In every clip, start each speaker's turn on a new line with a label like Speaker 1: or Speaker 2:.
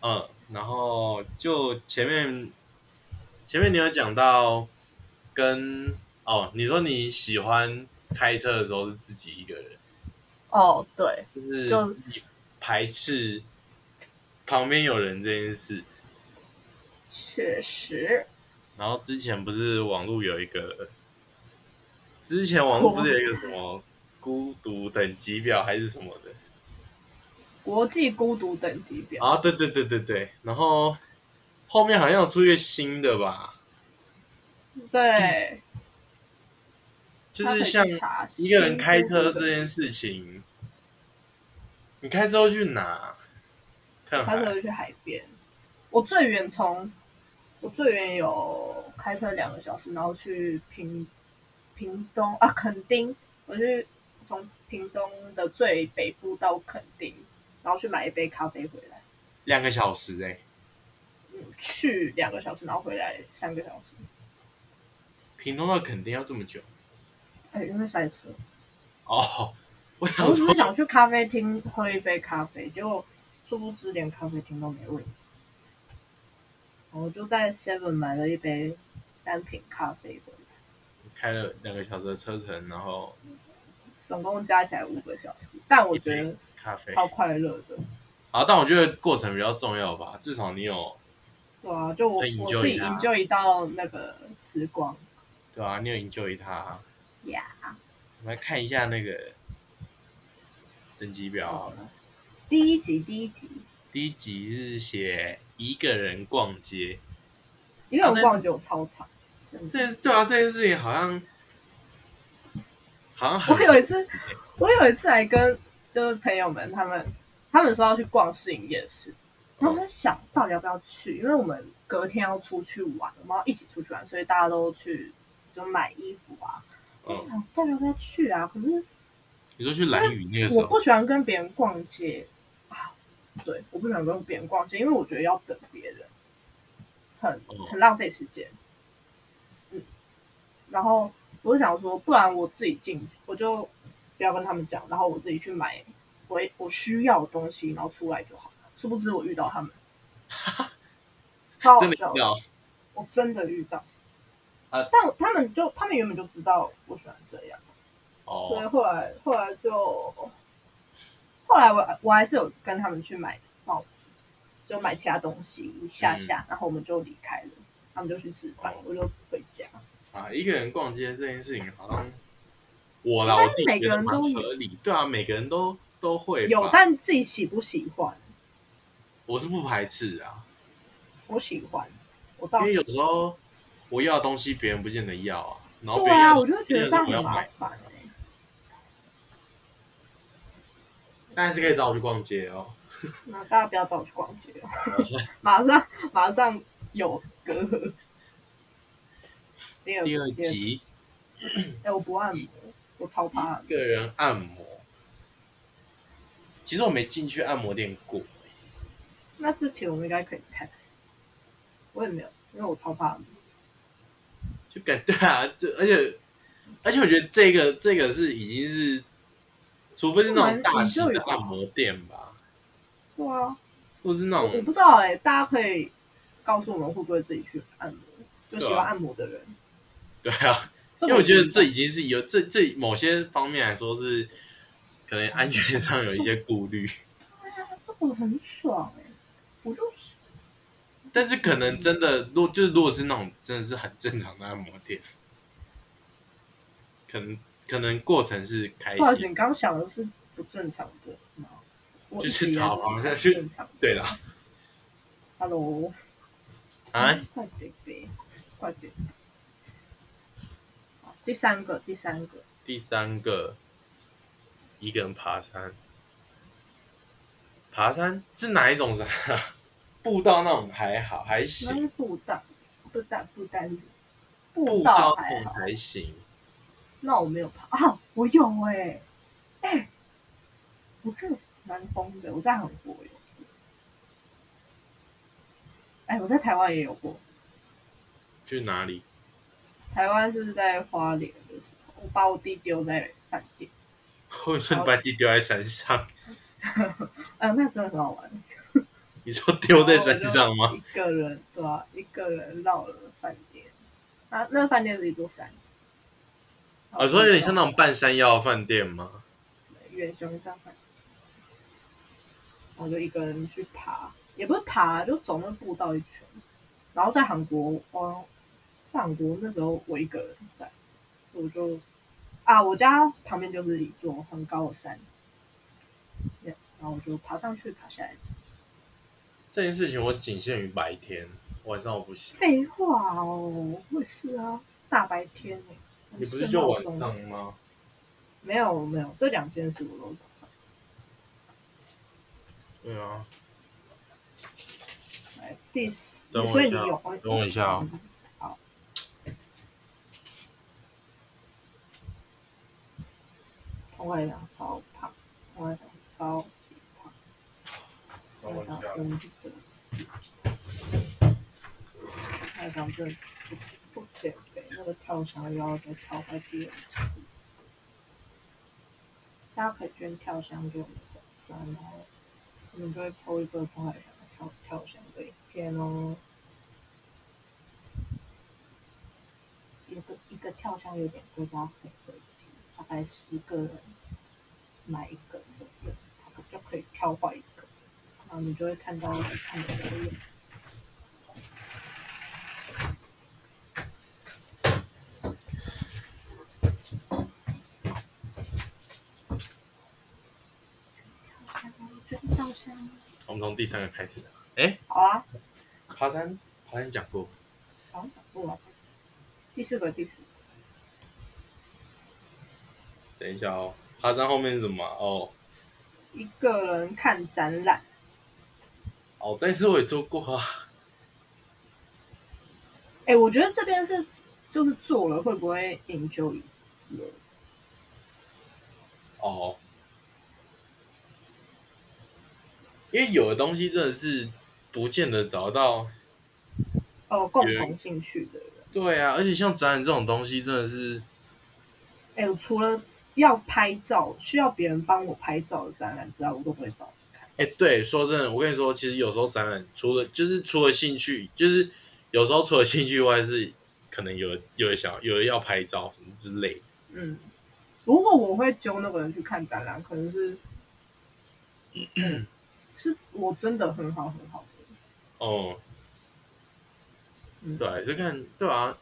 Speaker 1: 嗯，然后就前面前面你有讲到跟哦，你说你喜欢开车的时候是自己一个人，
Speaker 2: 哦，对，
Speaker 1: 就是
Speaker 2: 就
Speaker 1: 你排斥旁边有人这件事。
Speaker 2: 确实，
Speaker 1: 然后之前不是网络有一个，之前网络不是有一个什么孤独等级表还是什么的？
Speaker 2: 国际孤独等级表，
Speaker 1: 啊，对对对对对，然后后面好像有出一个新的吧，
Speaker 2: 对，
Speaker 1: 嗯就
Speaker 2: 他可
Speaker 1: 是
Speaker 2: 以
Speaker 1: 像
Speaker 2: 去查
Speaker 1: 一个人开
Speaker 2: 新孤
Speaker 1: 车
Speaker 2: 独等
Speaker 1: 这件事情，你开车会去哪？看
Speaker 2: 他可
Speaker 1: 海
Speaker 2: 能去海边。我最远从我最远有开车两个小时，然后去屏屏东啊垦丁，我去从屏东的最北部到垦丁，然后去买一杯咖啡回来，
Speaker 1: 两个小时哎、
Speaker 2: 嗯，去两个小时，然后回来三个小时，
Speaker 1: 屏东到垦丁要这么久
Speaker 2: 哎、因为塞车。
Speaker 1: 哦。我想
Speaker 2: 我只
Speaker 1: 说
Speaker 2: 是，想去咖啡厅喝一杯咖啡，结果殊不知连咖啡厅都没位置。我就在 Seven 买了一杯单品咖啡回来，
Speaker 1: 开了两个小时的车程，然后
Speaker 2: 总共加起来五个小时，但我觉得
Speaker 1: 咖啡。
Speaker 2: 超快乐的。
Speaker 1: 好，但我觉得过程比较重要吧，至少你有
Speaker 2: 对啊，就我
Speaker 1: 很 enjoy
Speaker 2: 我自己
Speaker 1: 它
Speaker 2: enjoy 到那个时光
Speaker 1: 对啊，你有 enjoy 它。
Speaker 2: 呀。
Speaker 1: 我们来看一下那个等级表好
Speaker 2: 好
Speaker 1: 了。
Speaker 2: 了，啊第一集第一集，
Speaker 1: 第一集是写一个人逛街，
Speaker 2: 一个人逛就超长，真的。
Speaker 1: 啊这对啊，这件事情好像好像
Speaker 2: 我
Speaker 1: 很
Speaker 2: 有一次，我有一次还跟就是朋友们他们，他们说要去逛市营夜市，然后我在想到底要不要去，因为我们隔天要出去玩，我们要一起出去玩，所以大家都去就买衣服啊。我就
Speaker 1: 嗯，
Speaker 2: 想到底要不要去啊？可是
Speaker 1: 你说去蓝屿那个时
Speaker 2: 我
Speaker 1: 候，
Speaker 2: 不喜欢跟别人逛街啊，对，我不喜欢跟别人逛街，因为我觉得要等别人，很
Speaker 1: 哦
Speaker 2: 很浪费时间。嗯，然后我就想说，不然我自己进去，我就不要跟他们讲，然后我自己去买我我需要的东西，然后出来就好了。殊不知我遇到 他们，超好
Speaker 1: 真的
Speaker 2: 笑
Speaker 1: 遇到
Speaker 2: 我真的遇到。
Speaker 1: 啊
Speaker 2: 但我他们就他们原本就知道我喜欢这样。所以
Speaker 1: 哦，
Speaker 2: 后来后来就，后来我我还是有跟他们去买帽子，就买其他东西一下下，然后我们就离开了，他们就去吃饭
Speaker 1: 嗯哦，
Speaker 2: 我就回家。
Speaker 1: 啊，一个人逛街这件事情好像我啦，
Speaker 2: 应该
Speaker 1: 我自己觉
Speaker 2: 每个
Speaker 1: 得
Speaker 2: 人
Speaker 1: 蛮
Speaker 2: 都有
Speaker 1: 合理，对啊，每个人都都会
Speaker 2: 有，
Speaker 1: 吧，
Speaker 2: 但自己喜不喜欢？
Speaker 1: 我是不排斥啊，
Speaker 2: 我喜欢，我到
Speaker 1: 因为有时候我要的东西别人不见得要啊，然后
Speaker 2: 对
Speaker 1: 别人
Speaker 2: 啊，
Speaker 1: 要
Speaker 2: 我就觉得这样
Speaker 1: 别人说我
Speaker 2: 很麻
Speaker 1: 要买，
Speaker 2: 烦哎、
Speaker 1: 但还是可以找我去逛街哦。
Speaker 2: 那大家不要找我去逛街 哦，马上马上有隔阂。 第二
Speaker 1: 第二，集
Speaker 2: 哎、我不按摩，我超怕按摩
Speaker 1: 一个人按摩，其实我没进去按摩店过，
Speaker 2: 那这题我们应该可以 pass。我也没有，因为我超怕冷
Speaker 1: 就感 对啊，就而且而且我觉得这个这个是已经是，除非是那种大型的按摩店吧，
Speaker 2: 对啊，
Speaker 1: 或是那
Speaker 2: 我我
Speaker 1: 种
Speaker 2: 不知道哎、大家可以告诉我们会不会自己去按摩，就喜
Speaker 1: 对啊
Speaker 2: 欢按摩的人。
Speaker 1: 对啊，
Speaker 2: 这
Speaker 1: 因
Speaker 2: 么
Speaker 1: 为我觉得
Speaker 2: 低
Speaker 1: 这已经是有这这某些方面来说是可能安全上有一些顾虑，
Speaker 2: 哎呀，这个很爽哎、我就是
Speaker 1: 但是可能真的，如果就是如果是那种真的是很正常的按摩店，可能可能过程哎是开
Speaker 2: 不好意思，
Speaker 1: 心，
Speaker 2: 你刚刚想的是不正常的吗？我
Speaker 1: 就是
Speaker 2: 以为
Speaker 1: 好啊好像
Speaker 2: 是
Speaker 1: 是
Speaker 2: 正常的。
Speaker 1: 对啦，
Speaker 2: Hello，
Speaker 1: 啊，
Speaker 2: 快点呗，快点。好第三个，第三个，
Speaker 1: 第三个，一个人爬山，爬山是哪一种山啊？ 步道那种还好，还
Speaker 2: 那是
Speaker 1: 行，
Speaker 2: 布袋，布袋，布袋是，
Speaker 1: 步
Speaker 2: 布
Speaker 1: 道
Speaker 2: 道
Speaker 1: 那
Speaker 2: 还
Speaker 1: 种
Speaker 2: 好。
Speaker 1: 还行。
Speaker 2: 那我没有爬啊，我有哎、欸，哎、我这个蛮疯的，我在韩国有，哎、我在台湾也有过，
Speaker 1: 去哪里？
Speaker 2: 台湾是在花莲的时候，我把我弟丢在饭店，
Speaker 1: 后顺把地丢在山上，
Speaker 2: 呃嗯、那真的很好玩，
Speaker 1: 你说丢在山上吗？
Speaker 2: 一个人对啊，一个人绕了饭店，啊，那饭店是一座山。
Speaker 1: 啊，说有点像那种半山腰的饭店吗？
Speaker 2: 远雄这样看，我就一个人去爬，也不是爬，就走那步道一圈。然后在韩国，哦，在韩国那时候我一个人在，我就啊，我家旁边就是一座很高的山，对然后我就爬上去，爬下来。
Speaker 1: 这件事情我仅限于白天，晚上我不行。
Speaker 2: 废话哦，我也是啊，大白天呢、欸，
Speaker 1: 你不是就晚上吗？
Speaker 2: 没有没有，这两件事我都早上。
Speaker 1: 对啊，
Speaker 2: 来第十，
Speaker 1: 等我一
Speaker 2: 所以你
Speaker 1: 下
Speaker 2: 有
Speaker 1: 等我一下哦
Speaker 2: 好。红外狼超胖，红外狼超级胖，红外狼真的不行，红外狼真的不不减肥，那个跳绳腰都跳坏第二次。大家可以捐跳箱给我们的专，然后我们就会 PO 一个红海翔的跳跳箱的影片哦。一个一个跳箱有点贵，大家可以回击，大概十个人买一个啊左右，他就可以跳坏一个，然后你就会看到看的留言。捐跳箱，
Speaker 1: 我们从第三个开始。哎，
Speaker 2: 好啊，
Speaker 1: 爬山，爬山讲过，
Speaker 2: 好像讲过了。第四个，第四个，
Speaker 1: 等一下哦。爬山后面是什么啊？哦，
Speaker 2: 一个人看展览。
Speaker 1: 哦，这一次我也做过啊。
Speaker 2: 哎、我觉得这边是就是做了会不会 enjoy 了
Speaker 1: 哦，因为有的东西真的是不见得找到。
Speaker 2: 哦，共同兴趣的人。
Speaker 1: 对啊，而且像展览这种东西，真的是
Speaker 2: 哎、我除了要拍照需要别人帮我拍照的展览之外，我都不会找。
Speaker 1: 哎、对，说真的，我跟你说，其实有时候展览除了就是除了兴趣，就是有时候除了兴趣以外是，可能有有人想有人要拍照什么之类的。
Speaker 2: 嗯，如果我会揪那个人去看展览，可能是，嗯是我真的很好很好的人。
Speaker 1: 哦、
Speaker 2: 嗯
Speaker 1: 对，就看对啊，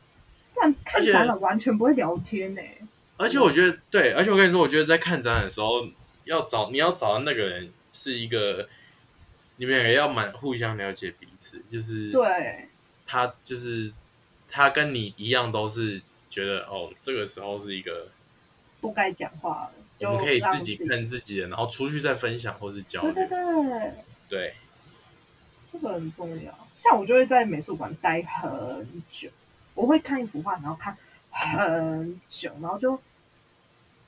Speaker 2: 但看
Speaker 1: 而且
Speaker 2: 展览完全不会聊天呢、欸
Speaker 1: 而且我觉得对，而且我跟你说，我觉得在看展览的时候，要找你要找的那个人是一个，你们两个要蛮互相了解彼此，就是
Speaker 2: 对，
Speaker 1: 他就是他跟你一样都是觉得哦，这个时候是一个
Speaker 2: 不该讲话了，
Speaker 1: 我
Speaker 2: 就
Speaker 1: 们可以
Speaker 2: 让
Speaker 1: 自己看自己的，然后出去再分享或是交
Speaker 2: 对
Speaker 1: 流。
Speaker 2: 对对。
Speaker 1: 对，
Speaker 2: 这个很重要。像我就会在美术馆待很久，我会看一幅画，然后看很久，然后就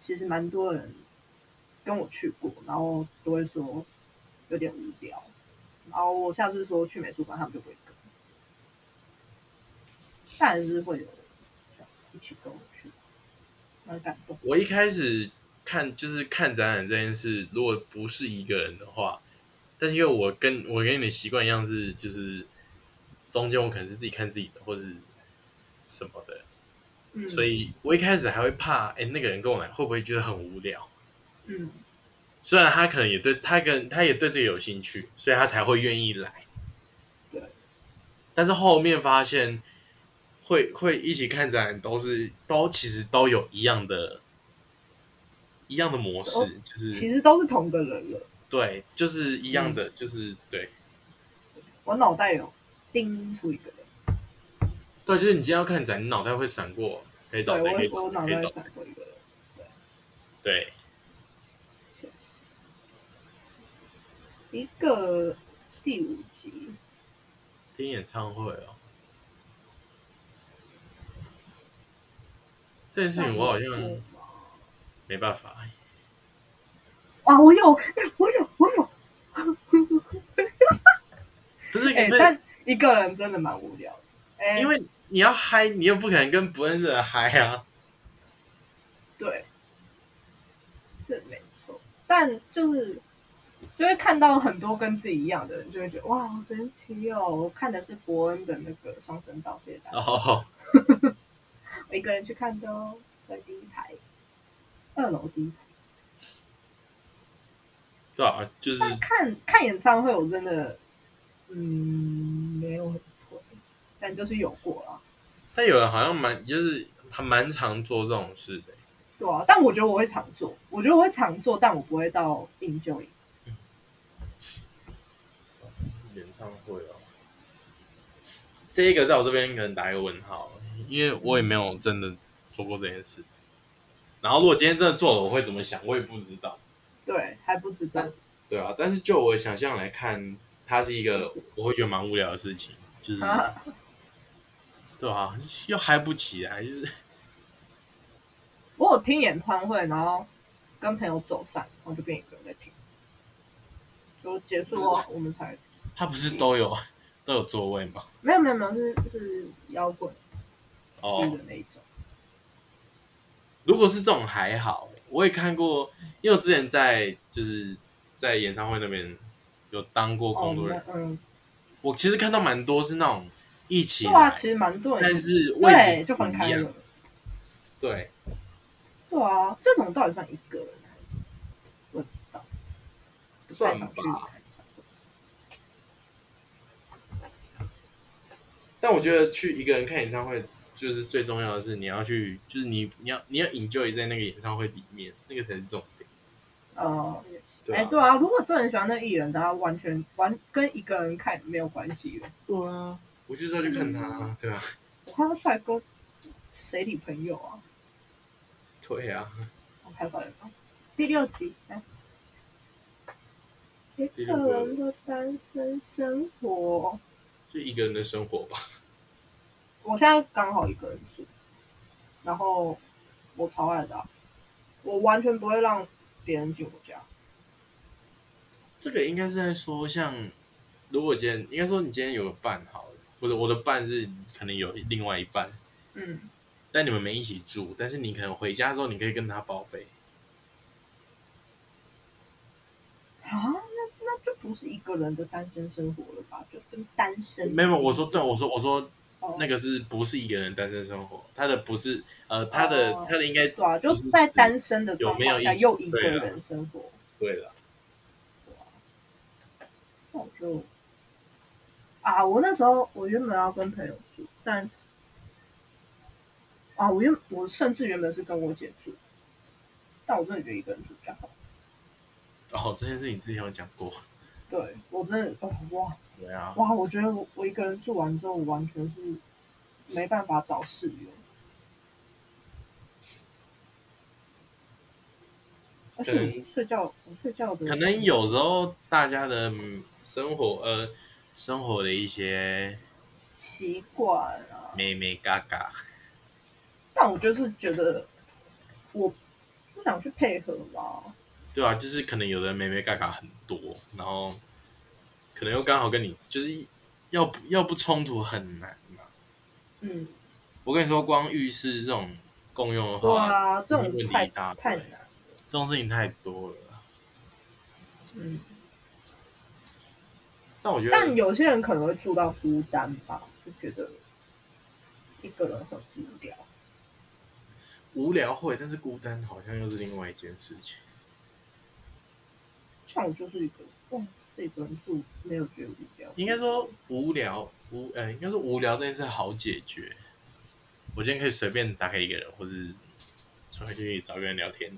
Speaker 2: 其实蛮多人跟我去过，然后都会说有点无聊，然后我下次说去美术馆，他们就不会跟，但还是会有人一起跟我去，很感动。
Speaker 1: 我一开始看就是看展览这件事，如果不是一个人的话，但是因为我跟我跟你的习惯一样是，就是中间我可能是自己看自己的，或是什么的，
Speaker 2: 嗯，
Speaker 1: 所以我一开始还会怕，哎、那个人跟我来会不会觉得很无聊？
Speaker 2: 嗯，
Speaker 1: 虽然他可能也对他跟他也对这个有兴趣，所以他才会愿意来。
Speaker 2: 对。
Speaker 1: 但是后面发现会会一起看展览，都是都其实都有一样的一样的模式，
Speaker 2: 哦
Speaker 1: 就是
Speaker 2: 其实嗯都是同个人了。
Speaker 1: 对，就是一样的，就是对
Speaker 2: 我脑袋有叮出一个人。
Speaker 1: 对，就是你今天要看展，你脑袋会闪过，可以找谁，可以
Speaker 2: 对，我
Speaker 1: 找谁，
Speaker 2: 我脑
Speaker 1: 可以
Speaker 2: 袋
Speaker 1: 找谁，
Speaker 2: 闪过一个人，
Speaker 1: 对，
Speaker 2: 确实。一个第五集，
Speaker 1: 听演唱会哦。这件事情我好像
Speaker 2: 嗯
Speaker 1: 没办法，
Speaker 2: 啊，我有，我有，我有，
Speaker 1: 不是，
Speaker 2: 哎、
Speaker 1: 不是
Speaker 2: 但一个人真的蛮无聊的，哎、
Speaker 1: 因为你要嗨，你又不可能跟不认识的人嗨啊。
Speaker 2: 对，是没错，但就是就会看到很多跟自己一样的人，就会觉得哇，好神奇哦！我看的是伯恩的那个双声道，谢谢大家。
Speaker 1: 哦，
Speaker 2: 我一个人去看的哦，在第一排，二楼第一排。
Speaker 1: 对啊，就是
Speaker 2: 但看看演唱会，我真的，嗯，没有很推，但就是有过啊啦。
Speaker 1: 但有人好像蛮就是还蛮常做这种事的，
Speaker 2: 对啊，但我觉得我会常做，我觉得我会常做，但我不会到 enjoy。
Speaker 1: 演唱会哦。这一个在我这边可能打一个问号，因为我也没有真的做过这件事。然后如果今天真的做了，我会怎么想，我也不知道。
Speaker 2: 对，还不知道。
Speaker 1: 对啊，但是就我的想象来看，它是一个我会觉得蛮无聊的事情，就是
Speaker 2: 啊，
Speaker 1: 对啊，又嗨不起来，就是
Speaker 2: 我有听演唱会，然后跟朋友走散，然后就变一个人在听。就结束
Speaker 1: 嗯
Speaker 2: 后，我们才
Speaker 1: 它不是都有 都有座位吗？
Speaker 2: 没有没有没有是是摇滚
Speaker 1: 哦，
Speaker 2: 剧的那一种。
Speaker 1: 如果是这种还好，我也看过，因为我之前在就是在演唱会那边有当过
Speaker 2: 哦，
Speaker 1: 工作人
Speaker 2: 那
Speaker 1: 员，
Speaker 2: 嗯，
Speaker 1: 我其实看到蛮多是那种一起
Speaker 2: 对啊，
Speaker 1: 来，
Speaker 2: 其实蛮多人，
Speaker 1: 但是位
Speaker 2: 对，
Speaker 1: 置
Speaker 2: 就
Speaker 1: 不
Speaker 2: 分
Speaker 1: 一
Speaker 2: 开
Speaker 1: 样
Speaker 2: 了。。
Speaker 1: 对，
Speaker 2: 对啊，这种到底算一个人还是？我也不知道，不太
Speaker 1: 算
Speaker 2: 常去
Speaker 1: 吧
Speaker 2: 看演唱会
Speaker 1: 但我觉得去一个人看演唱会，就是最重要的是你要去，就是你你要你要 enjoy 在那个演唱会里面，那个才是重点。
Speaker 2: 呃，
Speaker 1: 对
Speaker 2: 哎、
Speaker 1: 啊，
Speaker 2: 对啊，如果真的很喜欢那个艺人，他完全完跟一个人看没有关系了。
Speaker 1: 对啊，我就是要去看他
Speaker 2: 嗯
Speaker 1: 啊，对啊，
Speaker 2: 我看他帅哥，谁理朋友啊？
Speaker 1: 对啊，
Speaker 2: 我开玩笑。第六集，来。一
Speaker 1: 第
Speaker 2: 个
Speaker 1: 六个
Speaker 2: 人的单身生活，
Speaker 1: 就一个人的生活吧。
Speaker 2: 我现在刚好一个人住，然后我超爱的啊、我完全不会让别人进我家。
Speaker 1: 这个应该是在说，像如果今天应该说你今天有个伴好了，或者我的伴是可能有另外一半，
Speaker 2: 嗯，
Speaker 1: 但你们没一起住，但是你可能回家之后，你可以跟他报备。
Speaker 2: 啊，那那就不是一个人的单身生活了吧？就跟单身
Speaker 1: 没有，我说对，我说我说
Speaker 2: 哦
Speaker 1: 那个是不是一个人单身生活？他的不是呃，他的、
Speaker 2: 哦
Speaker 1: 他的应该
Speaker 2: 对啊，就
Speaker 1: 不是
Speaker 2: 在
Speaker 1: 指
Speaker 2: 单身的状
Speaker 1: 有没有
Speaker 2: 况下
Speaker 1: 意思
Speaker 2: 又一个
Speaker 1: 对啊
Speaker 2: 人生活，
Speaker 1: 对了，
Speaker 2: 那我就啊，我那时候我原本要跟朋友住，但啊，我原我甚至原本是跟我姐住，但我真的觉得一个人住比较好。
Speaker 1: 哦，这件事情之前有讲过，
Speaker 2: 对我真的、哦、哇
Speaker 1: 对啊，
Speaker 2: 哇，我觉得我我一个人住完之后，我完全是没办法找室友。而且
Speaker 1: 对
Speaker 2: 我睡觉，我睡觉的
Speaker 1: 可能有时候大家的嗯生活呃生活的一些
Speaker 2: 习惯啊，
Speaker 1: 妹妹嘎嘎，
Speaker 2: 但我就是觉得我不想去配合吧。
Speaker 1: 对啊，就是可能有的人妹妹嘎嘎很多，然后可能又刚好跟你就是要不要不冲突很难嘛。
Speaker 2: 嗯，
Speaker 1: 我跟你说，光浴室这种共用的
Speaker 2: 对
Speaker 1: 话，
Speaker 2: 啊，这
Speaker 1: 问
Speaker 2: 种
Speaker 1: 题
Speaker 2: 太
Speaker 1: 大
Speaker 2: 太难了。
Speaker 1: 这种事情太多了啦。
Speaker 2: 嗯，
Speaker 1: 但我觉得
Speaker 2: 但有些人可能会住到孤单吧，就觉得一个人很无聊。
Speaker 1: 无聊会，但是孤单好像又是另外一件事情。
Speaker 2: 像我就是一个，哇，自己一个人住没有觉得无聊。
Speaker 1: 应该说无聊无呃，应该说无聊这件事好解决。我今天可以随便打开一个人，或是传回去找一个人聊天。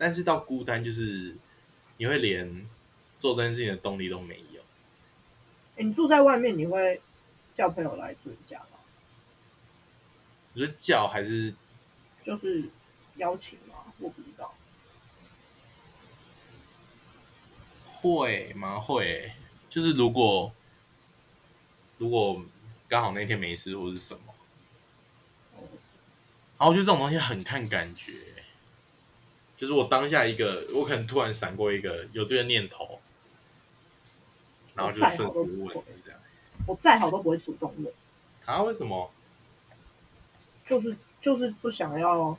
Speaker 1: 但是到孤单，就是你会连做这件事情的动力都没有。
Speaker 2: 诶你住在外面，你会叫朋友来住你家吗？
Speaker 1: 你说叫还是
Speaker 2: 就是邀请吗？我不知道。
Speaker 1: 会吗？会欸，就是如果如果刚好那天没事或是什么，然后我觉得这种东西很看感觉欸，就是我当下一个，我可能突然闪过一个有这个念头，然后就顺手问这样。
Speaker 2: 我再好都不会主动问，
Speaker 1: 啊？为什么？
Speaker 2: 就是就是不想要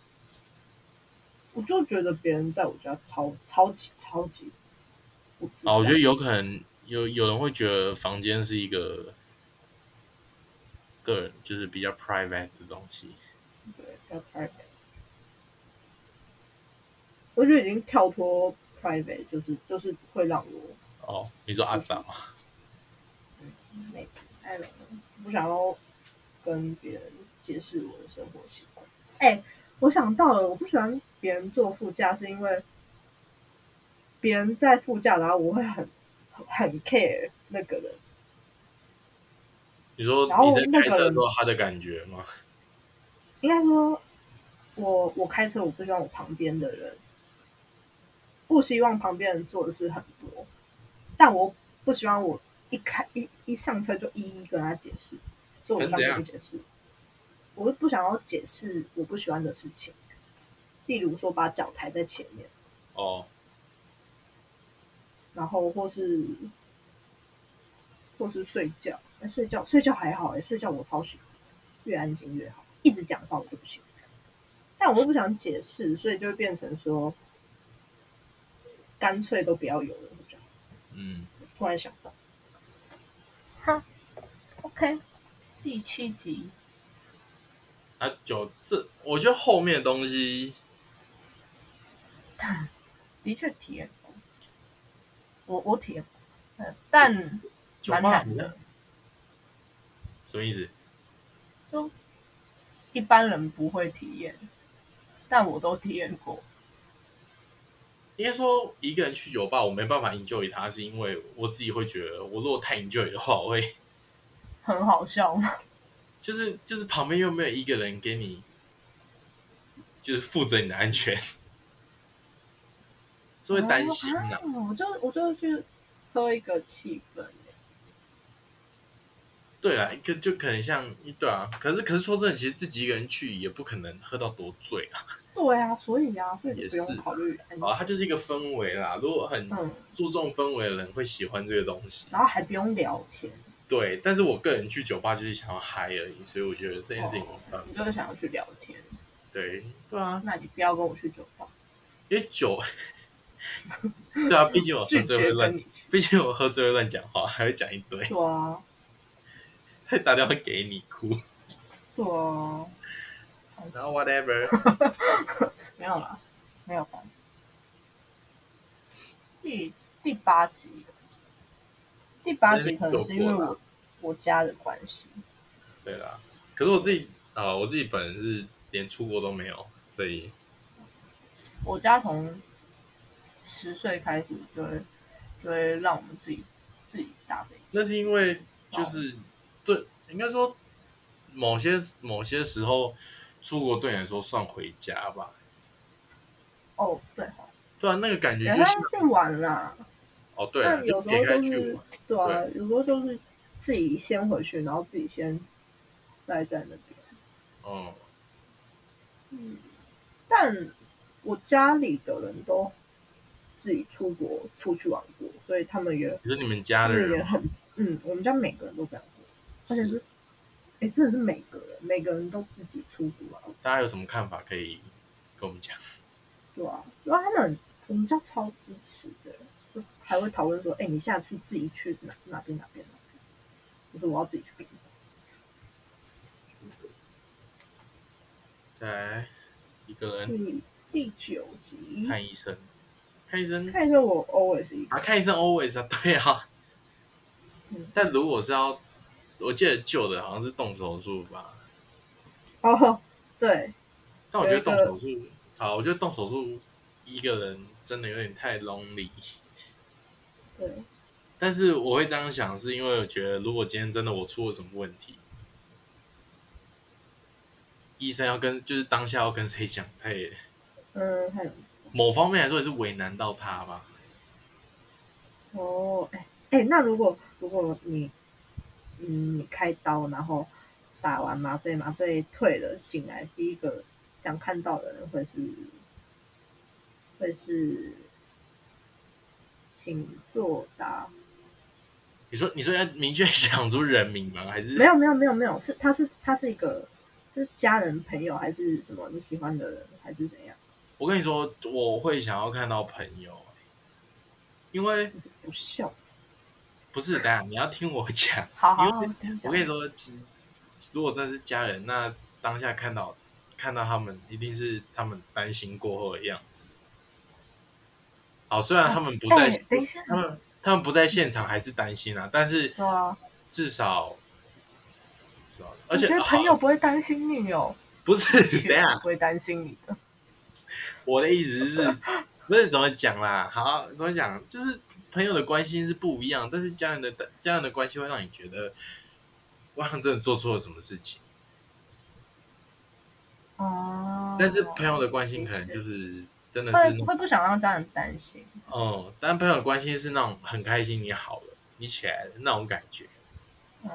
Speaker 2: 我就觉得别人在我家超超级超级不自在。
Speaker 1: 啊，我觉得有可能有有人会觉得房间是一个个人，就是比较 private 的东西。
Speaker 2: 对，比较 private。我觉得已经跳脱 private，就是就是会让我
Speaker 1: 哦，你说阿杂吗？
Speaker 2: 那 I don't know，不想要跟别人解释我的生活习惯。哎、我想到了，我不喜欢别人坐副驾，是因为别人在副驾，然后我会很很 care 那个人。
Speaker 1: 你说
Speaker 2: 然后
Speaker 1: 你在
Speaker 2: 那
Speaker 1: 开
Speaker 2: 个
Speaker 1: 车的
Speaker 2: 人
Speaker 1: 时候他的感觉吗？
Speaker 2: 应该说，我我开车，我不希望我旁边的人，不希望旁边人做的事很多，但我不希望我一开一一上车就一一跟他解释，所以我
Speaker 1: 跟
Speaker 2: 干
Speaker 1: 怎
Speaker 2: 脆
Speaker 1: 样
Speaker 2: 不解释，我就不想要解释我不喜欢的事情，例如说把脚抬在前面，
Speaker 1: 哦，
Speaker 2: 然后或是或是睡觉，哎、睡觉睡觉还好、哎，睡觉我超喜欢，越安静越好，一直讲话我就不行，但我又不想解释，所以就会变成说，干脆都不要有人这样。
Speaker 1: 嗯，
Speaker 2: 突然想到，哈，OK，第七集，
Speaker 1: 那就啊这，我觉得后面的东西
Speaker 2: 的确体验过，我我体验过，嗯，但
Speaker 1: 就
Speaker 2: 蛮
Speaker 1: 骂
Speaker 2: 难
Speaker 1: 你
Speaker 2: 的
Speaker 1: 的，，什么意思？
Speaker 2: 就一般人不会体验，但我都体验过。
Speaker 1: 应该说一个人去酒吧，我没办法 enjoy 它，是因为我自己会觉得，我如果太 enjoy 的话，我会
Speaker 2: 很好笑吗？
Speaker 1: 就是就是旁边又没有一个人给你，就是负责你的安全，是会担心
Speaker 2: 啊
Speaker 1: 呐、
Speaker 2: 我就我就去喝一个气氛，
Speaker 1: 对啦，就就可能像对啊，可是可是说真的，其实自己一个人去也不可能喝到多醉啊。
Speaker 2: 对啊，所以啊，所以
Speaker 1: 也
Speaker 2: 就不用
Speaker 1: 是
Speaker 2: 考虑安
Speaker 1: 啊，它就是一个氛围啦。如果很
Speaker 2: 嗯，
Speaker 1: 注重氛围的人会喜欢这个东西，
Speaker 2: 然后还不用聊天，
Speaker 1: 对。但是我个人去酒吧就是想要嗨而已，所以我觉得这件事情没办法
Speaker 2: 你就是想要去聊天，
Speaker 1: 对哦对啊，
Speaker 2: 那你不要跟我去酒吧，
Speaker 1: 因为酒， 对啊，毕竟我喝
Speaker 2: 拒
Speaker 1: 醉会
Speaker 2: 绝跟
Speaker 1: 乱，
Speaker 2: 你去。
Speaker 1: 毕竟我喝醉会乱讲话，还会讲一堆，
Speaker 2: 对啊，
Speaker 1: 还打电话给你哭，
Speaker 2: 对啊，
Speaker 1: 然后 whatever，
Speaker 2: 没有啦，没有吧？第第八集，第八集可能是因为
Speaker 1: 那是有过
Speaker 2: 我我家的关系，
Speaker 1: 对啦。可是我自己啊、我自己本人是连出国都没有，所以
Speaker 2: 我家从十岁开始就会就会让我们自己自己搭飞机。
Speaker 1: 那是因为就是对，应该说某些某些时候出国对你来说算回家吧，
Speaker 2: 哦，对哦，
Speaker 1: 对啊，那个感觉
Speaker 2: 然
Speaker 1: 就
Speaker 2: 后
Speaker 1: 是
Speaker 2: 去玩啦。
Speaker 1: 哦，对
Speaker 2: 但
Speaker 1: 了，
Speaker 2: 哎有
Speaker 1: 就
Speaker 2: 时
Speaker 1: 撇
Speaker 2: 候
Speaker 1: 开
Speaker 2: 就
Speaker 1: 去
Speaker 2: 是
Speaker 1: 玩，
Speaker 2: 对啊，有时候就是自己先回去，然后自己先待在那边。
Speaker 1: 嗯，
Speaker 2: 嗯，但我家里的人都自己出国出去玩过，所以他们也
Speaker 1: 你说你们家
Speaker 2: 他
Speaker 1: 的
Speaker 2: 们
Speaker 1: 人
Speaker 2: 也
Speaker 1: 吗
Speaker 2: 很嗯，我们家每个人都这样过，而且是哎，真的是每个人每个人都自己出国啊。
Speaker 1: 大家有什么看法可以跟我们讲？
Speaker 2: 对啊，然后他们我们家超支持的，就还会讨论说，哎、你下次自己去哪哪边哪边哪边，就是我要自己去冰岛。
Speaker 1: 再来一个人
Speaker 2: 第第九集，
Speaker 1: 看医生，看医生
Speaker 2: 嗯看一下我 E always 一个，
Speaker 1: 啊，看医生 always 啊， 对啊
Speaker 2: 嗯。
Speaker 1: 但如果是要，我记得旧的好像是动手术吧，
Speaker 2: 哦，对，
Speaker 1: 但我觉得动
Speaker 2: 有一个
Speaker 1: 手术，好，我觉得动手术一个人真的有点太 lonely。
Speaker 2: 对，
Speaker 1: 但是我会这样想，是因为我觉得如果今天真的我出了什么问题，医生要跟就是当下要跟谁讲，他也
Speaker 2: 嗯，还有
Speaker 1: 某方面来说也是为难到他吧。
Speaker 2: 哦，哎、哎、那如果如果你，嗯，你开刀，然后打完麻醉，麻醉退了，醒来第一个想看到的人会是，会是，请作答。
Speaker 1: 你说，你说要明确 想出人名吗？还是
Speaker 2: 没有没有没有没有，是他是他是一个，就是家人朋友还是什么你喜欢的人还是怎样？
Speaker 1: 我跟你说，我会想要看到朋友，欸因为
Speaker 2: 你是不孝子。
Speaker 1: 不是，等下你要听我讲。
Speaker 2: 好好，
Speaker 1: 因
Speaker 2: 好
Speaker 1: 为
Speaker 2: 听你
Speaker 1: 我
Speaker 2: 讲
Speaker 1: 跟你说，其实如果真的是家人，那当下看到看到他们，一定是他们担心过后的样子。好，虽然他们不在，
Speaker 2: 哎等一下
Speaker 1: 他们他们不在现场还是担心啊，但是
Speaker 2: 对啊，
Speaker 1: 至少，至少
Speaker 2: 我
Speaker 1: 而且
Speaker 2: 觉得朋友
Speaker 1: 好
Speaker 2: 不会担心你哦，
Speaker 1: 不是 等一下
Speaker 2: 不会担心你的。
Speaker 1: 我的意思是，不是怎么讲啦？好，怎么讲？就是朋友的关心是不一样，但是家人的家人的关系会让你觉得，我好像真的做错了什么事情。
Speaker 2: 哦，
Speaker 1: 但是朋友的关心可能就是真的是
Speaker 2: 会，会不想让家人担心。
Speaker 1: 嗯，但朋友的关心是那种很开心，你好了，你起来了那种感觉。
Speaker 2: 哦，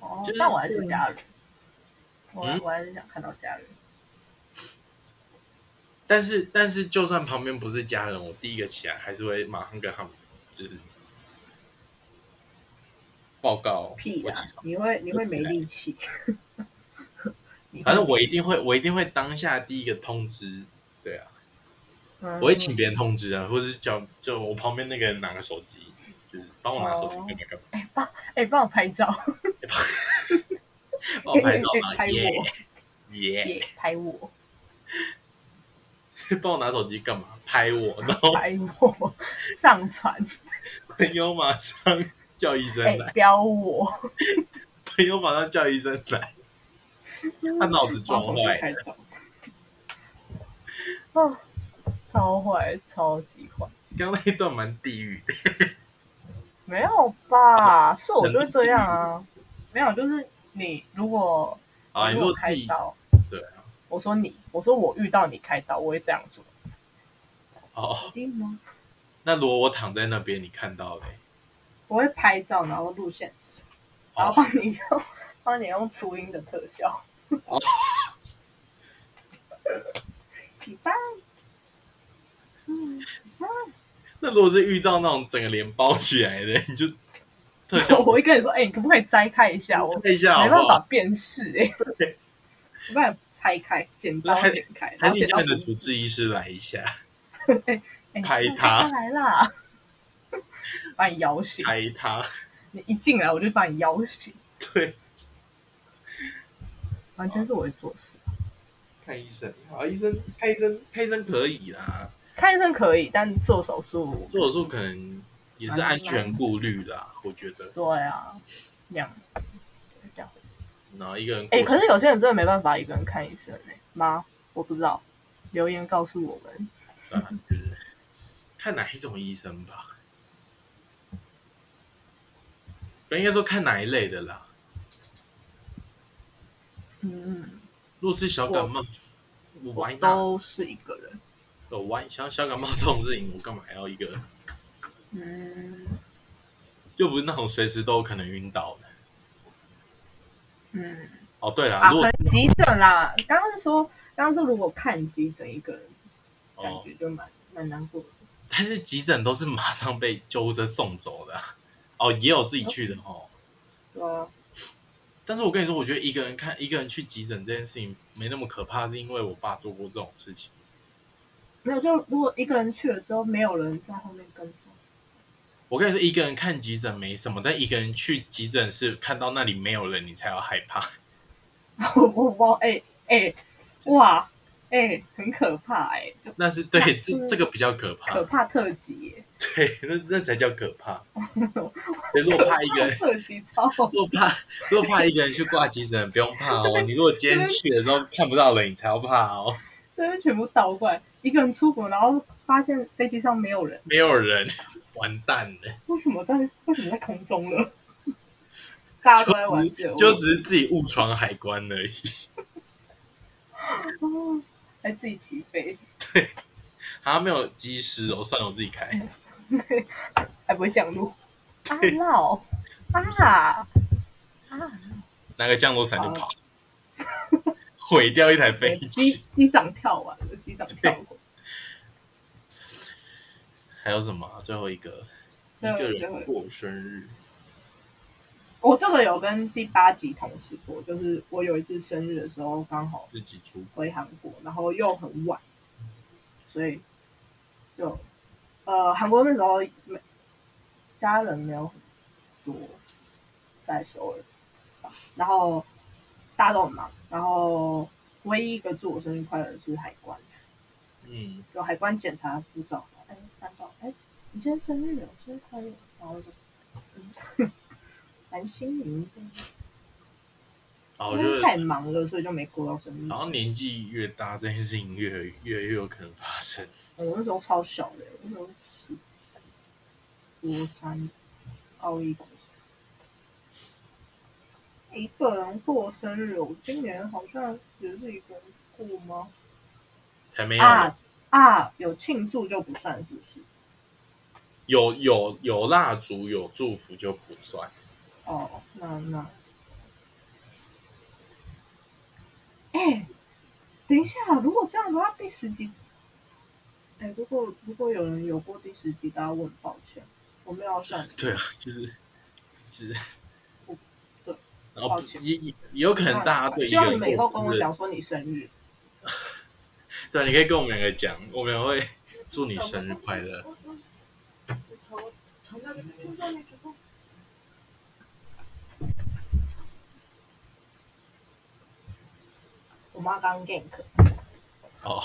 Speaker 2: 哦
Speaker 1: 就是，
Speaker 2: 但我还是家人，我
Speaker 1: 嗯
Speaker 2: 我还是想看到家人。
Speaker 1: 但是但是，就算旁边不是家人，我第一个起来还是会马上跟他们就是报告
Speaker 2: 屁
Speaker 1: 我
Speaker 2: 啦
Speaker 1: 起床。，
Speaker 2: 你会你会没力气。你会
Speaker 1: 反正我一定会，我一定会当下第一个通知，对啊，
Speaker 2: 嗯
Speaker 1: 我会请别人通知啊，或者是叫就我旁边那个人拿个手机，就是帮我拿手机
Speaker 2: 哦
Speaker 1: 干嘛干嘛，
Speaker 2: 哎，帮我拍照，
Speaker 1: 帮我拍 照啊，
Speaker 2: 拍
Speaker 1: 耶
Speaker 2: 我，
Speaker 1: 耶，
Speaker 2: 也拍我，
Speaker 1: 帮我拿手机干嘛？拍我，然后
Speaker 2: 拍我，上传，
Speaker 1: 朋友马上叫医生
Speaker 2: 哎，
Speaker 1: 来，
Speaker 2: 标我，
Speaker 1: 朋友马上叫医生来， 他脑子撞坏了，
Speaker 2: 了。哦，超坏，超级坏。
Speaker 1: 刚刚那一段蛮地狱的，
Speaker 2: 没有吧？是我就会这样啊。没有，就是你如果
Speaker 1: 啊，
Speaker 2: 你
Speaker 1: 你
Speaker 2: 如
Speaker 1: 如
Speaker 2: 果
Speaker 1: 果
Speaker 2: 开
Speaker 1: 自己
Speaker 2: 刀，
Speaker 1: 对
Speaker 2: 啊。我说你，我说我遇到你开刀，我会这样做。
Speaker 1: 哦，
Speaker 2: 一定吗？
Speaker 1: 那如果我躺在那边，你看到嘞，
Speaker 2: 我会拍照，然后录现实，然后
Speaker 1: 哦，
Speaker 2: 帮你用，帮你用初音的特效。
Speaker 1: 哦
Speaker 2: 起吧。嗯，
Speaker 1: 那如果是遇到那种整个脸包起来的， 你就特效
Speaker 2: 我我会跟你说，哎、你可不可以摘开一下？我
Speaker 1: 看一下好
Speaker 2: 没
Speaker 1: 不
Speaker 2: 办
Speaker 1: 好？
Speaker 2: 法辨识、哎，没办法拆开，剪刀
Speaker 1: 那还
Speaker 2: 剪开，
Speaker 1: 还是
Speaker 2: 然后
Speaker 1: 你
Speaker 2: 剪
Speaker 1: 叫
Speaker 2: 到
Speaker 1: 你的
Speaker 2: 骨
Speaker 1: 主治医师来一 下，
Speaker 2: 哎
Speaker 1: 拍
Speaker 2: 你
Speaker 1: 他
Speaker 2: 来啦， 把你摇醒。
Speaker 1: 拍他，
Speaker 2: 你一进来我就把你摇醒，
Speaker 1: 对，
Speaker 2: 完全是我会做事。
Speaker 1: 看医生，好，医生，看医生，看医生可以啦，
Speaker 2: 看医生可以，但做手术，
Speaker 1: 做手术可能也是安全顾虑啦，我觉得，
Speaker 2: 对啊，这样，就是这样。
Speaker 1: 然后一个人过
Speaker 2: 哎、
Speaker 1: 去，
Speaker 2: 可是有些人真的没办法一个人看医生哎、妈，我不知道，留言告诉我们。
Speaker 1: 啊就是看哪一种医生吧，不应该说看哪一类的啦，
Speaker 2: 嗯，
Speaker 1: 如果是小感冒，我
Speaker 2: 我
Speaker 1: 歪那，
Speaker 2: 都是一个人。
Speaker 1: 我歪小小感冒这种事情，我干嘛还要一个？
Speaker 2: 嗯
Speaker 1: 又不是那种随时都有可能晕倒的。
Speaker 2: 嗯，
Speaker 1: 哦，对啦，
Speaker 2: 啊，
Speaker 1: 如
Speaker 2: 可
Speaker 1: 果
Speaker 2: 能急诊啦。刚刚说，刚刚说如果看急诊一个人，感
Speaker 1: 哦，
Speaker 2: 觉就蛮蛮难过的。
Speaker 1: 但是急诊都是马上被救护车送走的啊。哦，也有自己去的哦。
Speaker 2: 对啊，
Speaker 1: 但是我跟你说，我觉得一个人看一个人去急诊这件事情没那么可怕，是因为我爸做过这种事情。
Speaker 2: 没有，就如果一个人去了之后，没有人在后面跟上，
Speaker 1: 我跟你说，一个人看急诊没什么，但一个人去急诊是看到那里没有人，你才要害怕。
Speaker 2: 我我我，哎哎，哇，哎、很可怕哎、就
Speaker 1: 那是对，这
Speaker 2: 嗯
Speaker 1: 这个比较可怕
Speaker 2: 可，怕特辑耶、
Speaker 1: 对，那那才叫可 怕。对如果啊怕一个人，
Speaker 2: 特辑超好，
Speaker 1: 如果怕如果怕一个人去挂急诊，不用怕哦。你如果今天去的时候看不到人，你才要怕哦。
Speaker 2: 这边全部倒过来，一个人出国，然后发现飞机上没有人，
Speaker 1: 没有人，完蛋了，
Speaker 2: 为什么在为什么在空中 了？大家都在玩这个，
Speaker 1: 就只是自己误闯海关而已。
Speaker 2: 哦还自己起飞，
Speaker 1: 好啊像没有机师哦，算了，我自己开。
Speaker 2: 还不会降落，啊闹啊啊！
Speaker 1: 拿个降落伞就跑，毁掉一台飞
Speaker 2: 机
Speaker 1: 机。
Speaker 2: 机长跳完了，机长跳过，
Speaker 1: 还有什么啊、最后一个，一
Speaker 2: 最后
Speaker 1: 个
Speaker 2: 最后一
Speaker 1: 人过生日，
Speaker 2: 我这个有跟第八集同事过，就是我有一次生日的时候刚好
Speaker 1: 自己出国，
Speaker 2: 回韩国，然后又很晚，所以就呃韩国那时候没家人没有很多在首尔吧，然后大家都很忙，然后唯一一个祝我生日快乐的是海关，
Speaker 1: 嗯，
Speaker 2: 就海关检查护照，哎翻到哎你今天生日哦，生日快乐，然后我就嗯 蓝心凌真的
Speaker 1: 然后
Speaker 2: 因
Speaker 1: 就
Speaker 2: 为
Speaker 1: 是，
Speaker 2: 太忙了，所以就没过到生日。
Speaker 1: 然后年纪越大，这件事情越越越有可能发生。
Speaker 2: 哎我那时候超小的，我那时候十国三，高一国三，一个人过生日。我今年好像也是一个人过吗？
Speaker 1: 才没有、
Speaker 2: 啊啊，有庆祝就不算，是不是？
Speaker 1: 有有有蜡烛有祝福就不算，
Speaker 2: 哦，那那，哎、等一下，如果这样的话，第十集，哎、如果如果有人有过第十集，大家问抱歉，我没有要 算，
Speaker 1: 对啊，就是就是
Speaker 2: 我对，
Speaker 1: 然后
Speaker 2: 抱
Speaker 1: 不
Speaker 2: 歉
Speaker 1: 也也也有可能大家对一
Speaker 2: 希
Speaker 1: 个
Speaker 2: 望你
Speaker 1: 人
Speaker 2: 们以后跟
Speaker 1: 过
Speaker 2: 我
Speaker 1: 生日，
Speaker 2: 讲说你生日，
Speaker 1: 对，啊你可以跟我们两个讲，我们会祝你生日快乐。
Speaker 2: 我妈刚 gank，
Speaker 1: 哦，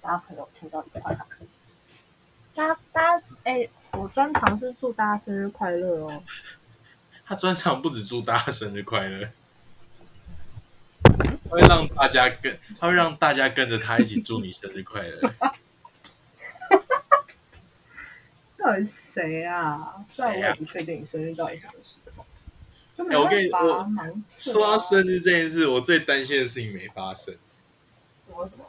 Speaker 2: 大家可能有听到一块打。大家大家哎、我专长是祝大家生日快乐哦。
Speaker 1: 他专场不止祝大家生日快乐，他会让大家跟，他会让大家跟着他一起祝你生日快乐。
Speaker 2: 到底谁啊？虽然
Speaker 1: 谁
Speaker 2: 我
Speaker 1: 啊
Speaker 2: 也不确定你生日到底什么时候，就没
Speaker 1: 哎我跟你
Speaker 2: 办法
Speaker 1: 我
Speaker 2: 啊，忙死
Speaker 1: 说到
Speaker 2: 啊
Speaker 1: 生日这件事，我最担心的事情没发生，
Speaker 2: 什么什么？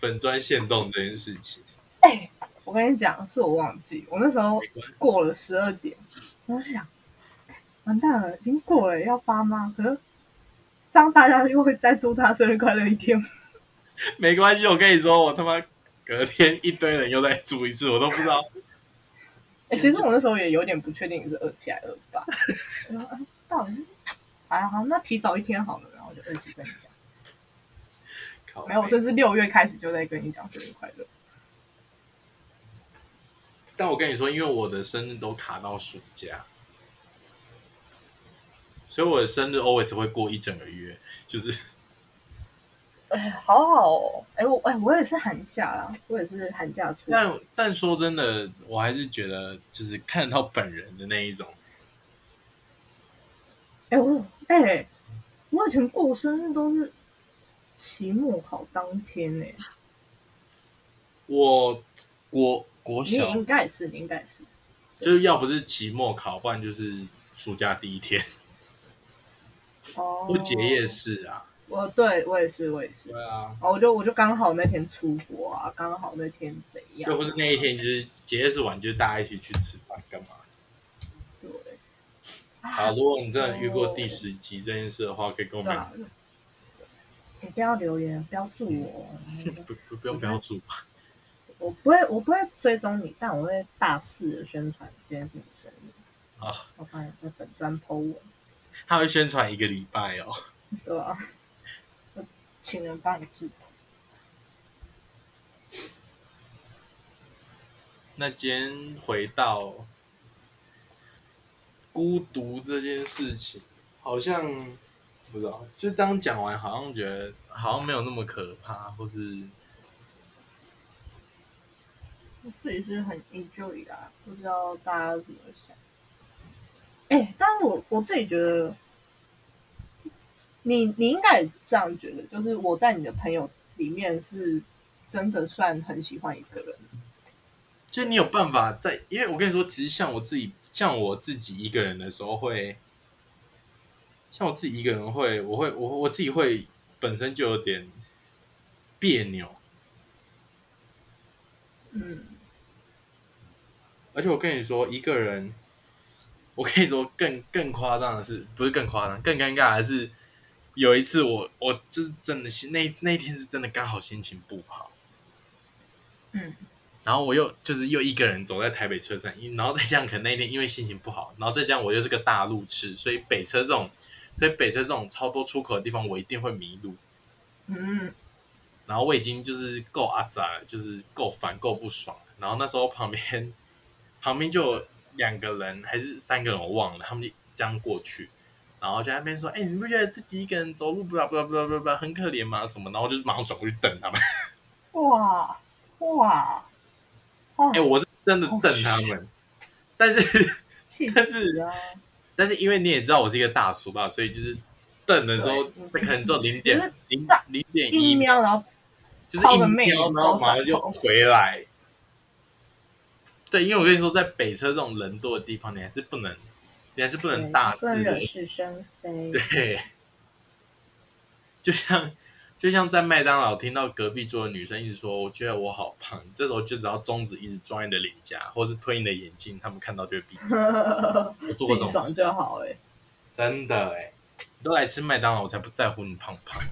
Speaker 1: 粉砖限动这件事情。
Speaker 2: 哎、我跟你讲，是我忘记，我那时候
Speaker 1: 没关
Speaker 2: 过了十二点，我就想，完蛋了，已经过了要发吗？可是这样大家又会再祝他生日快乐一天吗。
Speaker 1: 没关系，我跟你说，我他妈隔天一堆人又再祝一次，我都不知道。
Speaker 2: 哎、其实我那时候也有点不确定你是二七还是二 八，然后啊到底是，哎呀，好，那提早一天好了，然后我就二七跟你讲，
Speaker 1: 靠
Speaker 2: 没有，我甚至六月开始就在跟你讲生日快乐。
Speaker 1: 但我跟你说，因为我的生日都卡到暑假，所以我的生日 always 会过一整个月，就是
Speaker 2: 哎，好好哦！哎，我哎，我也是寒假啦，我也是寒假出。
Speaker 1: 但但说真的，我还是觉得就是看到本人的那一种，
Speaker 2: 哎，我哎，我以前过生日都是期末考当天呢、
Speaker 1: 我国国
Speaker 2: 你
Speaker 1: 小
Speaker 2: 应该也是，你应该也是。
Speaker 1: 就是要不是期末考，不然就是暑假第一天，
Speaker 2: 哦，
Speaker 1: 不结业。式啊。
Speaker 2: 我对我也是，我也是。
Speaker 1: 对啊，
Speaker 2: 哦，我就我就刚好那天出国啊，刚好那天怎样、
Speaker 1: 又或是那一。天就是结业式完，就是大家一起去吃饭干嘛？
Speaker 2: 对。
Speaker 1: 好，
Speaker 2: 啊，
Speaker 1: 如果你真的遇过第十集这件事的话，可以跟我
Speaker 2: 对
Speaker 1: 们
Speaker 2: 啊。你不要留言，不要祝我，
Speaker 1: 不不不用不要住吧。
Speaker 2: 我不会，我不会追踪你，但我会大肆的宣传这件事情生日。
Speaker 1: 啊，
Speaker 2: 我发现在本专 po 文，
Speaker 1: 他会宣传一个礼拜哦。
Speaker 2: 对吧、 我请人帮你制作。
Speaker 1: 那今天回到孤独这件事情，好像不知道，就这样讲完，好像觉得好像没有那么可怕，或是
Speaker 2: 我自己是很 enjoy 啦，不知道大家怎么想。哎、但是我我自己觉得，你你应该也这样觉得，就是我在你的朋友里面是真的算很喜欢一个人。
Speaker 1: 就你有办法在，因为我跟你说，其实像我自己，像我自己一个人的时候会，像我自己一个人会，我会我我自己会本身就有点别扭，
Speaker 2: 嗯，
Speaker 1: 而且我跟你说，一个人，我跟你说更更夸张的是，不是更夸张，更尴尬的是，有一次我我就是真的心那那一天是真的刚好心情不好，
Speaker 2: 嗯，
Speaker 1: 然后我又就是又一个人走在台北车站，因然后再这样，可能那一天因为心情不好，然后再这样我又是个大路痴，所以北车这种，所以北车这种超多出口的地方，我一定会迷路。
Speaker 2: 嗯，
Speaker 1: 然后我已经就是够阿杂了，就是够烦够不爽了。然后那时候旁边旁边就有两个人还是三个人，我忘了，他们就这样过去，然后就在那边说：“哎、你不觉得自己一个人走路不啦不啦不啦不啦不啦很可怜吗？什么？”然后我就马上转过去瞪他们。
Speaker 2: 哇哇哇
Speaker 1: 哎、，我是真的瞪他们，但是
Speaker 2: 气
Speaker 1: 但是
Speaker 2: 死啊！
Speaker 1: 但是因为你也知道我是一个大叔吧，所以就是瞪的时候
Speaker 2: 对
Speaker 1: 可能只有零
Speaker 2: 就
Speaker 1: 点
Speaker 2: 是
Speaker 1: 零
Speaker 2: 炸
Speaker 1: 零点
Speaker 2: 一
Speaker 1: 一，
Speaker 2: 喵，然后
Speaker 1: 就是一
Speaker 2: 抛个媚眼
Speaker 1: 瞄，然后马上就
Speaker 2: 手掌
Speaker 1: 回来。对，因为我跟你说，在北车这种人多的地方，你还是不能，你还是不能大
Speaker 2: 不
Speaker 1: 肆
Speaker 2: 能
Speaker 1: 的
Speaker 2: 惹是生非。
Speaker 1: 对， 就像就像在麦当劳听到隔壁桌的女生一直说“我觉得我好胖”，这时候就只要中指一直抓你的脸颊，或是推你的眼睛，他们看到就会闭嘴。我做过
Speaker 2: 自
Speaker 1: 这
Speaker 2: 己
Speaker 1: 种事
Speaker 2: 爽，就好哎、
Speaker 1: 真的哎、你都来吃麦当劳，我才不在乎你胖不胖。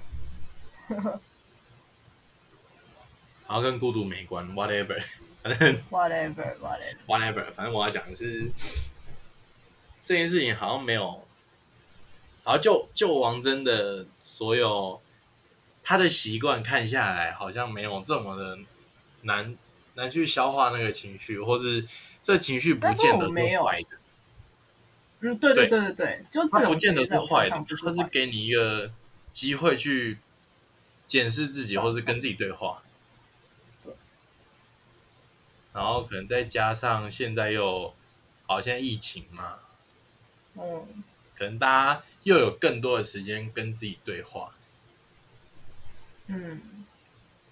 Speaker 1: 然后跟孤独没关，whatever，反 正
Speaker 2: w h a t e v e r whatever。
Speaker 1: whatever，反正我要讲的是这件事情好像没有，好就就王真的所有他的习惯看下来，好像没有这么的难难去消化那个情绪，或是这情绪不见得
Speaker 2: 但是我没
Speaker 1: 是
Speaker 2: 有
Speaker 1: 坏的，
Speaker 2: 嗯，对对
Speaker 1: 对
Speaker 2: 对对对，就这
Speaker 1: 它
Speaker 2: 种
Speaker 1: 不见得是坏的，
Speaker 2: 不
Speaker 1: 它是给你一个机会去检视自己，或是跟自己对话。然后可能再加上现在又好像疫情嘛，
Speaker 2: 嗯，
Speaker 1: 可能大家又有更多的时间跟自己对话。
Speaker 2: 嗯，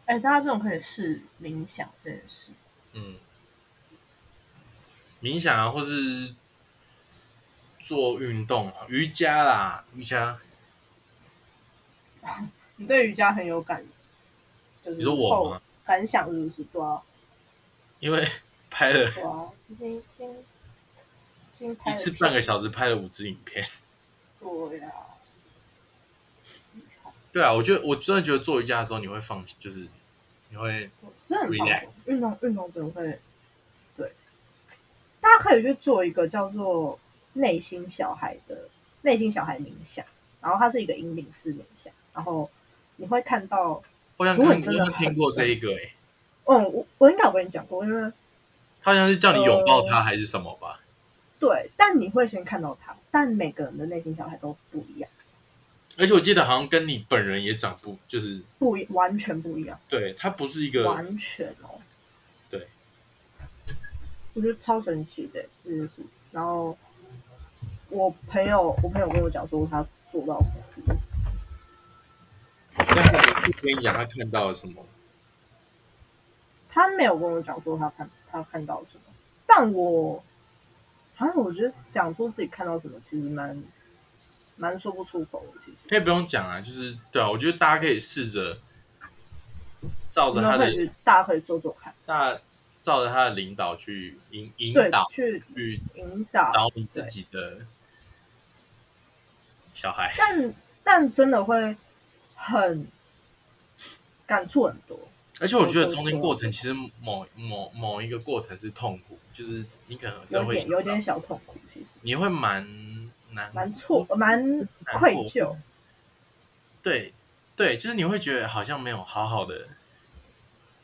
Speaker 2: 哎、大家这种可以试冥想这件事，
Speaker 1: 嗯，冥想啊，或是做运动啊，瑜伽啦，瑜伽。
Speaker 2: 你对瑜伽很有感，就是
Speaker 1: 你说我吗？
Speaker 2: 感想是不是？对啊，
Speaker 1: 因为 拍了
Speaker 2: 对啊，已经已经已经
Speaker 1: 一
Speaker 2: 拍
Speaker 1: 次
Speaker 2: 了
Speaker 1: 半个小时，拍了五支影片。
Speaker 2: 对啊，
Speaker 1: 对啊，我觉得我真的觉得做瑜伽的时候，你会放，就是你会
Speaker 2: 真的很放
Speaker 1: Relax
Speaker 2: 松。运动运动真的会，对，大家可以去做一个叫做内心小孩的内心小孩冥想，然后它是一个引领式冥想，然后你会看到
Speaker 1: 我想
Speaker 2: 如果
Speaker 1: 看，
Speaker 2: 你
Speaker 1: 我
Speaker 2: 真的
Speaker 1: 想听过这一个、欸，
Speaker 2: 嗯，我我应该有跟你讲过，因为
Speaker 1: 他好像是叫你拥抱
Speaker 2: 呃
Speaker 1: 他还是什么吧？
Speaker 2: 对，但你会先看到他，但每个人的内心小孩都不一样，
Speaker 1: 而且我记得好像跟你本人也长不，就是
Speaker 2: 不一完全不一样，
Speaker 1: 对他不是一个，
Speaker 2: 完全哦。
Speaker 1: 对，
Speaker 2: 我觉得超神奇的这件事。然后我朋友，我朋友跟我讲说他做到哭，
Speaker 1: 但是我跟你讲他看到了什么？
Speaker 2: 他没有跟我讲说他看他看到什么，但我好像我觉得讲说自己看到什么，其实蛮蛮说不出口的，其实。
Speaker 1: 可以不用讲啊，就是对啊，我觉得大家可以试着照着他
Speaker 2: 那可
Speaker 1: 的
Speaker 2: 以去大家可以做做看，
Speaker 1: 大照着他的领导去引引
Speaker 2: 对啊
Speaker 1: 导，
Speaker 2: 去
Speaker 1: 去
Speaker 2: 引导，
Speaker 1: 找你自己的小孩。
Speaker 2: 但但真的会很感触很多，
Speaker 1: 而且我觉得中间过程其实某某某一个过程是痛苦，就是你可能真
Speaker 2: 有
Speaker 1: 的会
Speaker 2: 点
Speaker 1: 想到嗯
Speaker 2: 有点小痛苦，其实
Speaker 1: 你会蛮难
Speaker 2: 蛮错蛮愧疚，
Speaker 1: 对对，就是你会觉得好像没有好好的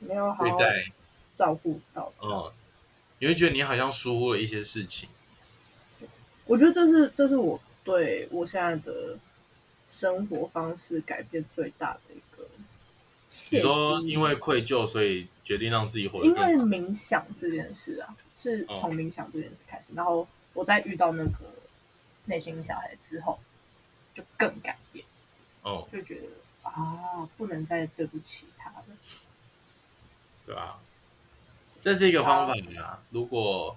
Speaker 2: 没有好
Speaker 1: 对
Speaker 2: 好
Speaker 1: 待，
Speaker 2: 照顾到。
Speaker 1: 嗯，你会觉得你好像疏忽了一些事情，
Speaker 2: 我觉得这是这是我对我现在的生活方式改变最大的一个契
Speaker 1: 你
Speaker 2: 机。
Speaker 1: 说因为愧疚，所以决定让自己活得
Speaker 2: 因
Speaker 1: 更
Speaker 2: 为
Speaker 1: 好，
Speaker 2: 冥想这件事啊，是
Speaker 1: 哦
Speaker 2: 从冥想这件事开始，然后我在遇到那个内心小孩之后，就更改变。
Speaker 1: 哦、
Speaker 2: 就觉得啊，不能再对不起他了。
Speaker 1: 对吧？这是一个方法啦。如果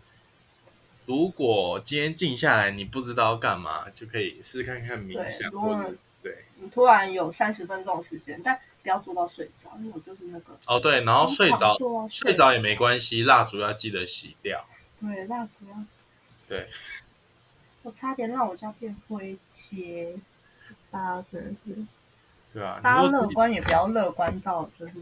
Speaker 1: 如果今天静下来，你不知道要干嘛，就可以试看看冥
Speaker 2: 对
Speaker 1: 想，
Speaker 2: 如
Speaker 1: 或
Speaker 2: 果
Speaker 1: 者对。
Speaker 2: 你突然有三十分钟的时间，但不要做到睡着，因为我就是那个
Speaker 1: 哦，对，然后睡着
Speaker 2: 常常做到
Speaker 1: 睡着也没关系，蜡烛要记得熄掉。
Speaker 2: 对蜡烛要
Speaker 1: 对，
Speaker 2: 我差点让我家变灰阶。大家真的是，
Speaker 1: 对啊，
Speaker 2: 大家
Speaker 1: 你如
Speaker 2: 乐
Speaker 1: 果
Speaker 2: 观也不要乐观到就是，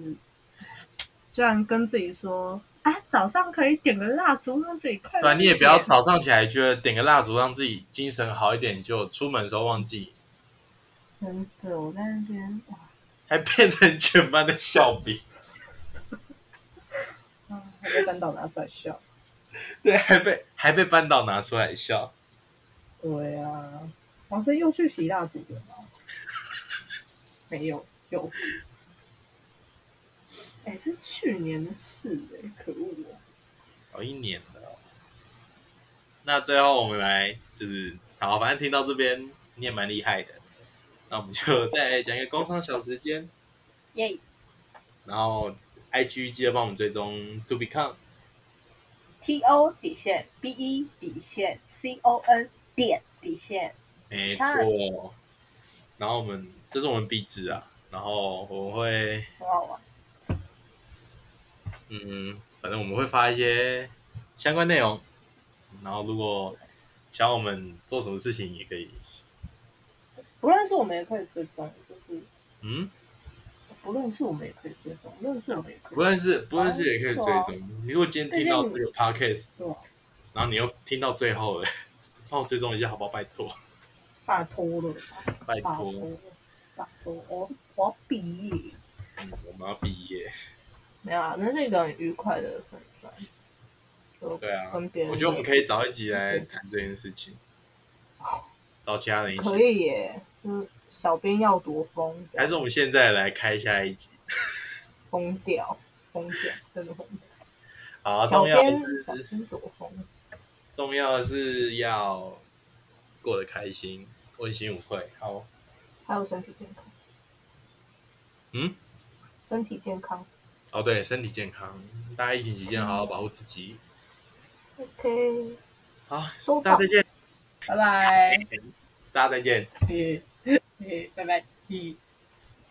Speaker 2: 居然跟自己说啊，啊，早上可以点个蜡烛让自己快乐一点。
Speaker 1: 对啊吧？你也不要早上起来觉得点个蜡烛让自己精神好一点，就出门的时候忘记，
Speaker 2: 真的，我在那边哇，
Speaker 1: 还变成全班的笑柄，
Speaker 2: 啊，我被班导拿出来笑。
Speaker 1: 对，还被还被班导拿出来笑。
Speaker 2: 对啊，王生又去洗蜡烛了吗？没有，有。哎，是去年的事哎、可恶哦！
Speaker 1: 有一年了哦。那最后我们来就是好，反正听到这边你也蛮厉害的，那我们就再来讲一个工商小时间，
Speaker 2: 耶，
Speaker 1: 然后 IG 记得帮我们追踪 To Become，
Speaker 2: T O 底线 B E 底线 C O N 点底线，
Speaker 1: 没错。然后我们这是我们壁纸啊，然后我们会
Speaker 2: 很好玩。
Speaker 1: 嗯，反正我们会发一些相关内容，然后如果想要我们做什么事情也可以，
Speaker 2: 不认识我们也可以追踪，就是
Speaker 1: 嗯。
Speaker 2: 不认识我们也可以追踪，认识我们也可
Speaker 1: 不
Speaker 2: 以追
Speaker 1: 认识，不认识也可以追
Speaker 2: 对啊
Speaker 1: 踪。你如果今天听到这个 podcast，
Speaker 2: 踪。
Speaker 1: 然后你又听到最后了，帮我追踪一下好不好？拜托，
Speaker 2: 拜托了，
Speaker 1: 拜
Speaker 2: 拜托
Speaker 1: 托，，
Speaker 2: 拜托，我我要毕业。
Speaker 1: 嗯我们要毕业。
Speaker 2: 没有啊，那是一个很愉快的粉砖。就
Speaker 1: 对啊，
Speaker 2: 跟别人
Speaker 1: 我觉得我们可以早一集来谈这件事情，找其他人一
Speaker 2: 可
Speaker 1: 起，
Speaker 2: 以耶，就是小编要夺风，
Speaker 1: 还是我们现在来开下一集？
Speaker 2: 疯掉，疯掉，真的疯掉。
Speaker 1: 好啊，
Speaker 2: 小
Speaker 1: 重要
Speaker 2: 编
Speaker 1: 的是
Speaker 2: 小编夺风，
Speaker 1: 重要的是要过得开心，问心无愧。好，
Speaker 2: 还有身体健康。
Speaker 1: 嗯，
Speaker 2: 身体健康。
Speaker 1: 哦对，身体健康，大家疫情期间好好保护自己。
Speaker 2: OK，
Speaker 1: 好，
Speaker 2: 收
Speaker 1: 大家
Speaker 2: 到
Speaker 1: 再，见，
Speaker 2: 拜拜。
Speaker 1: 大家再见。
Speaker 2: 嗯嗯，拜拜。嗯。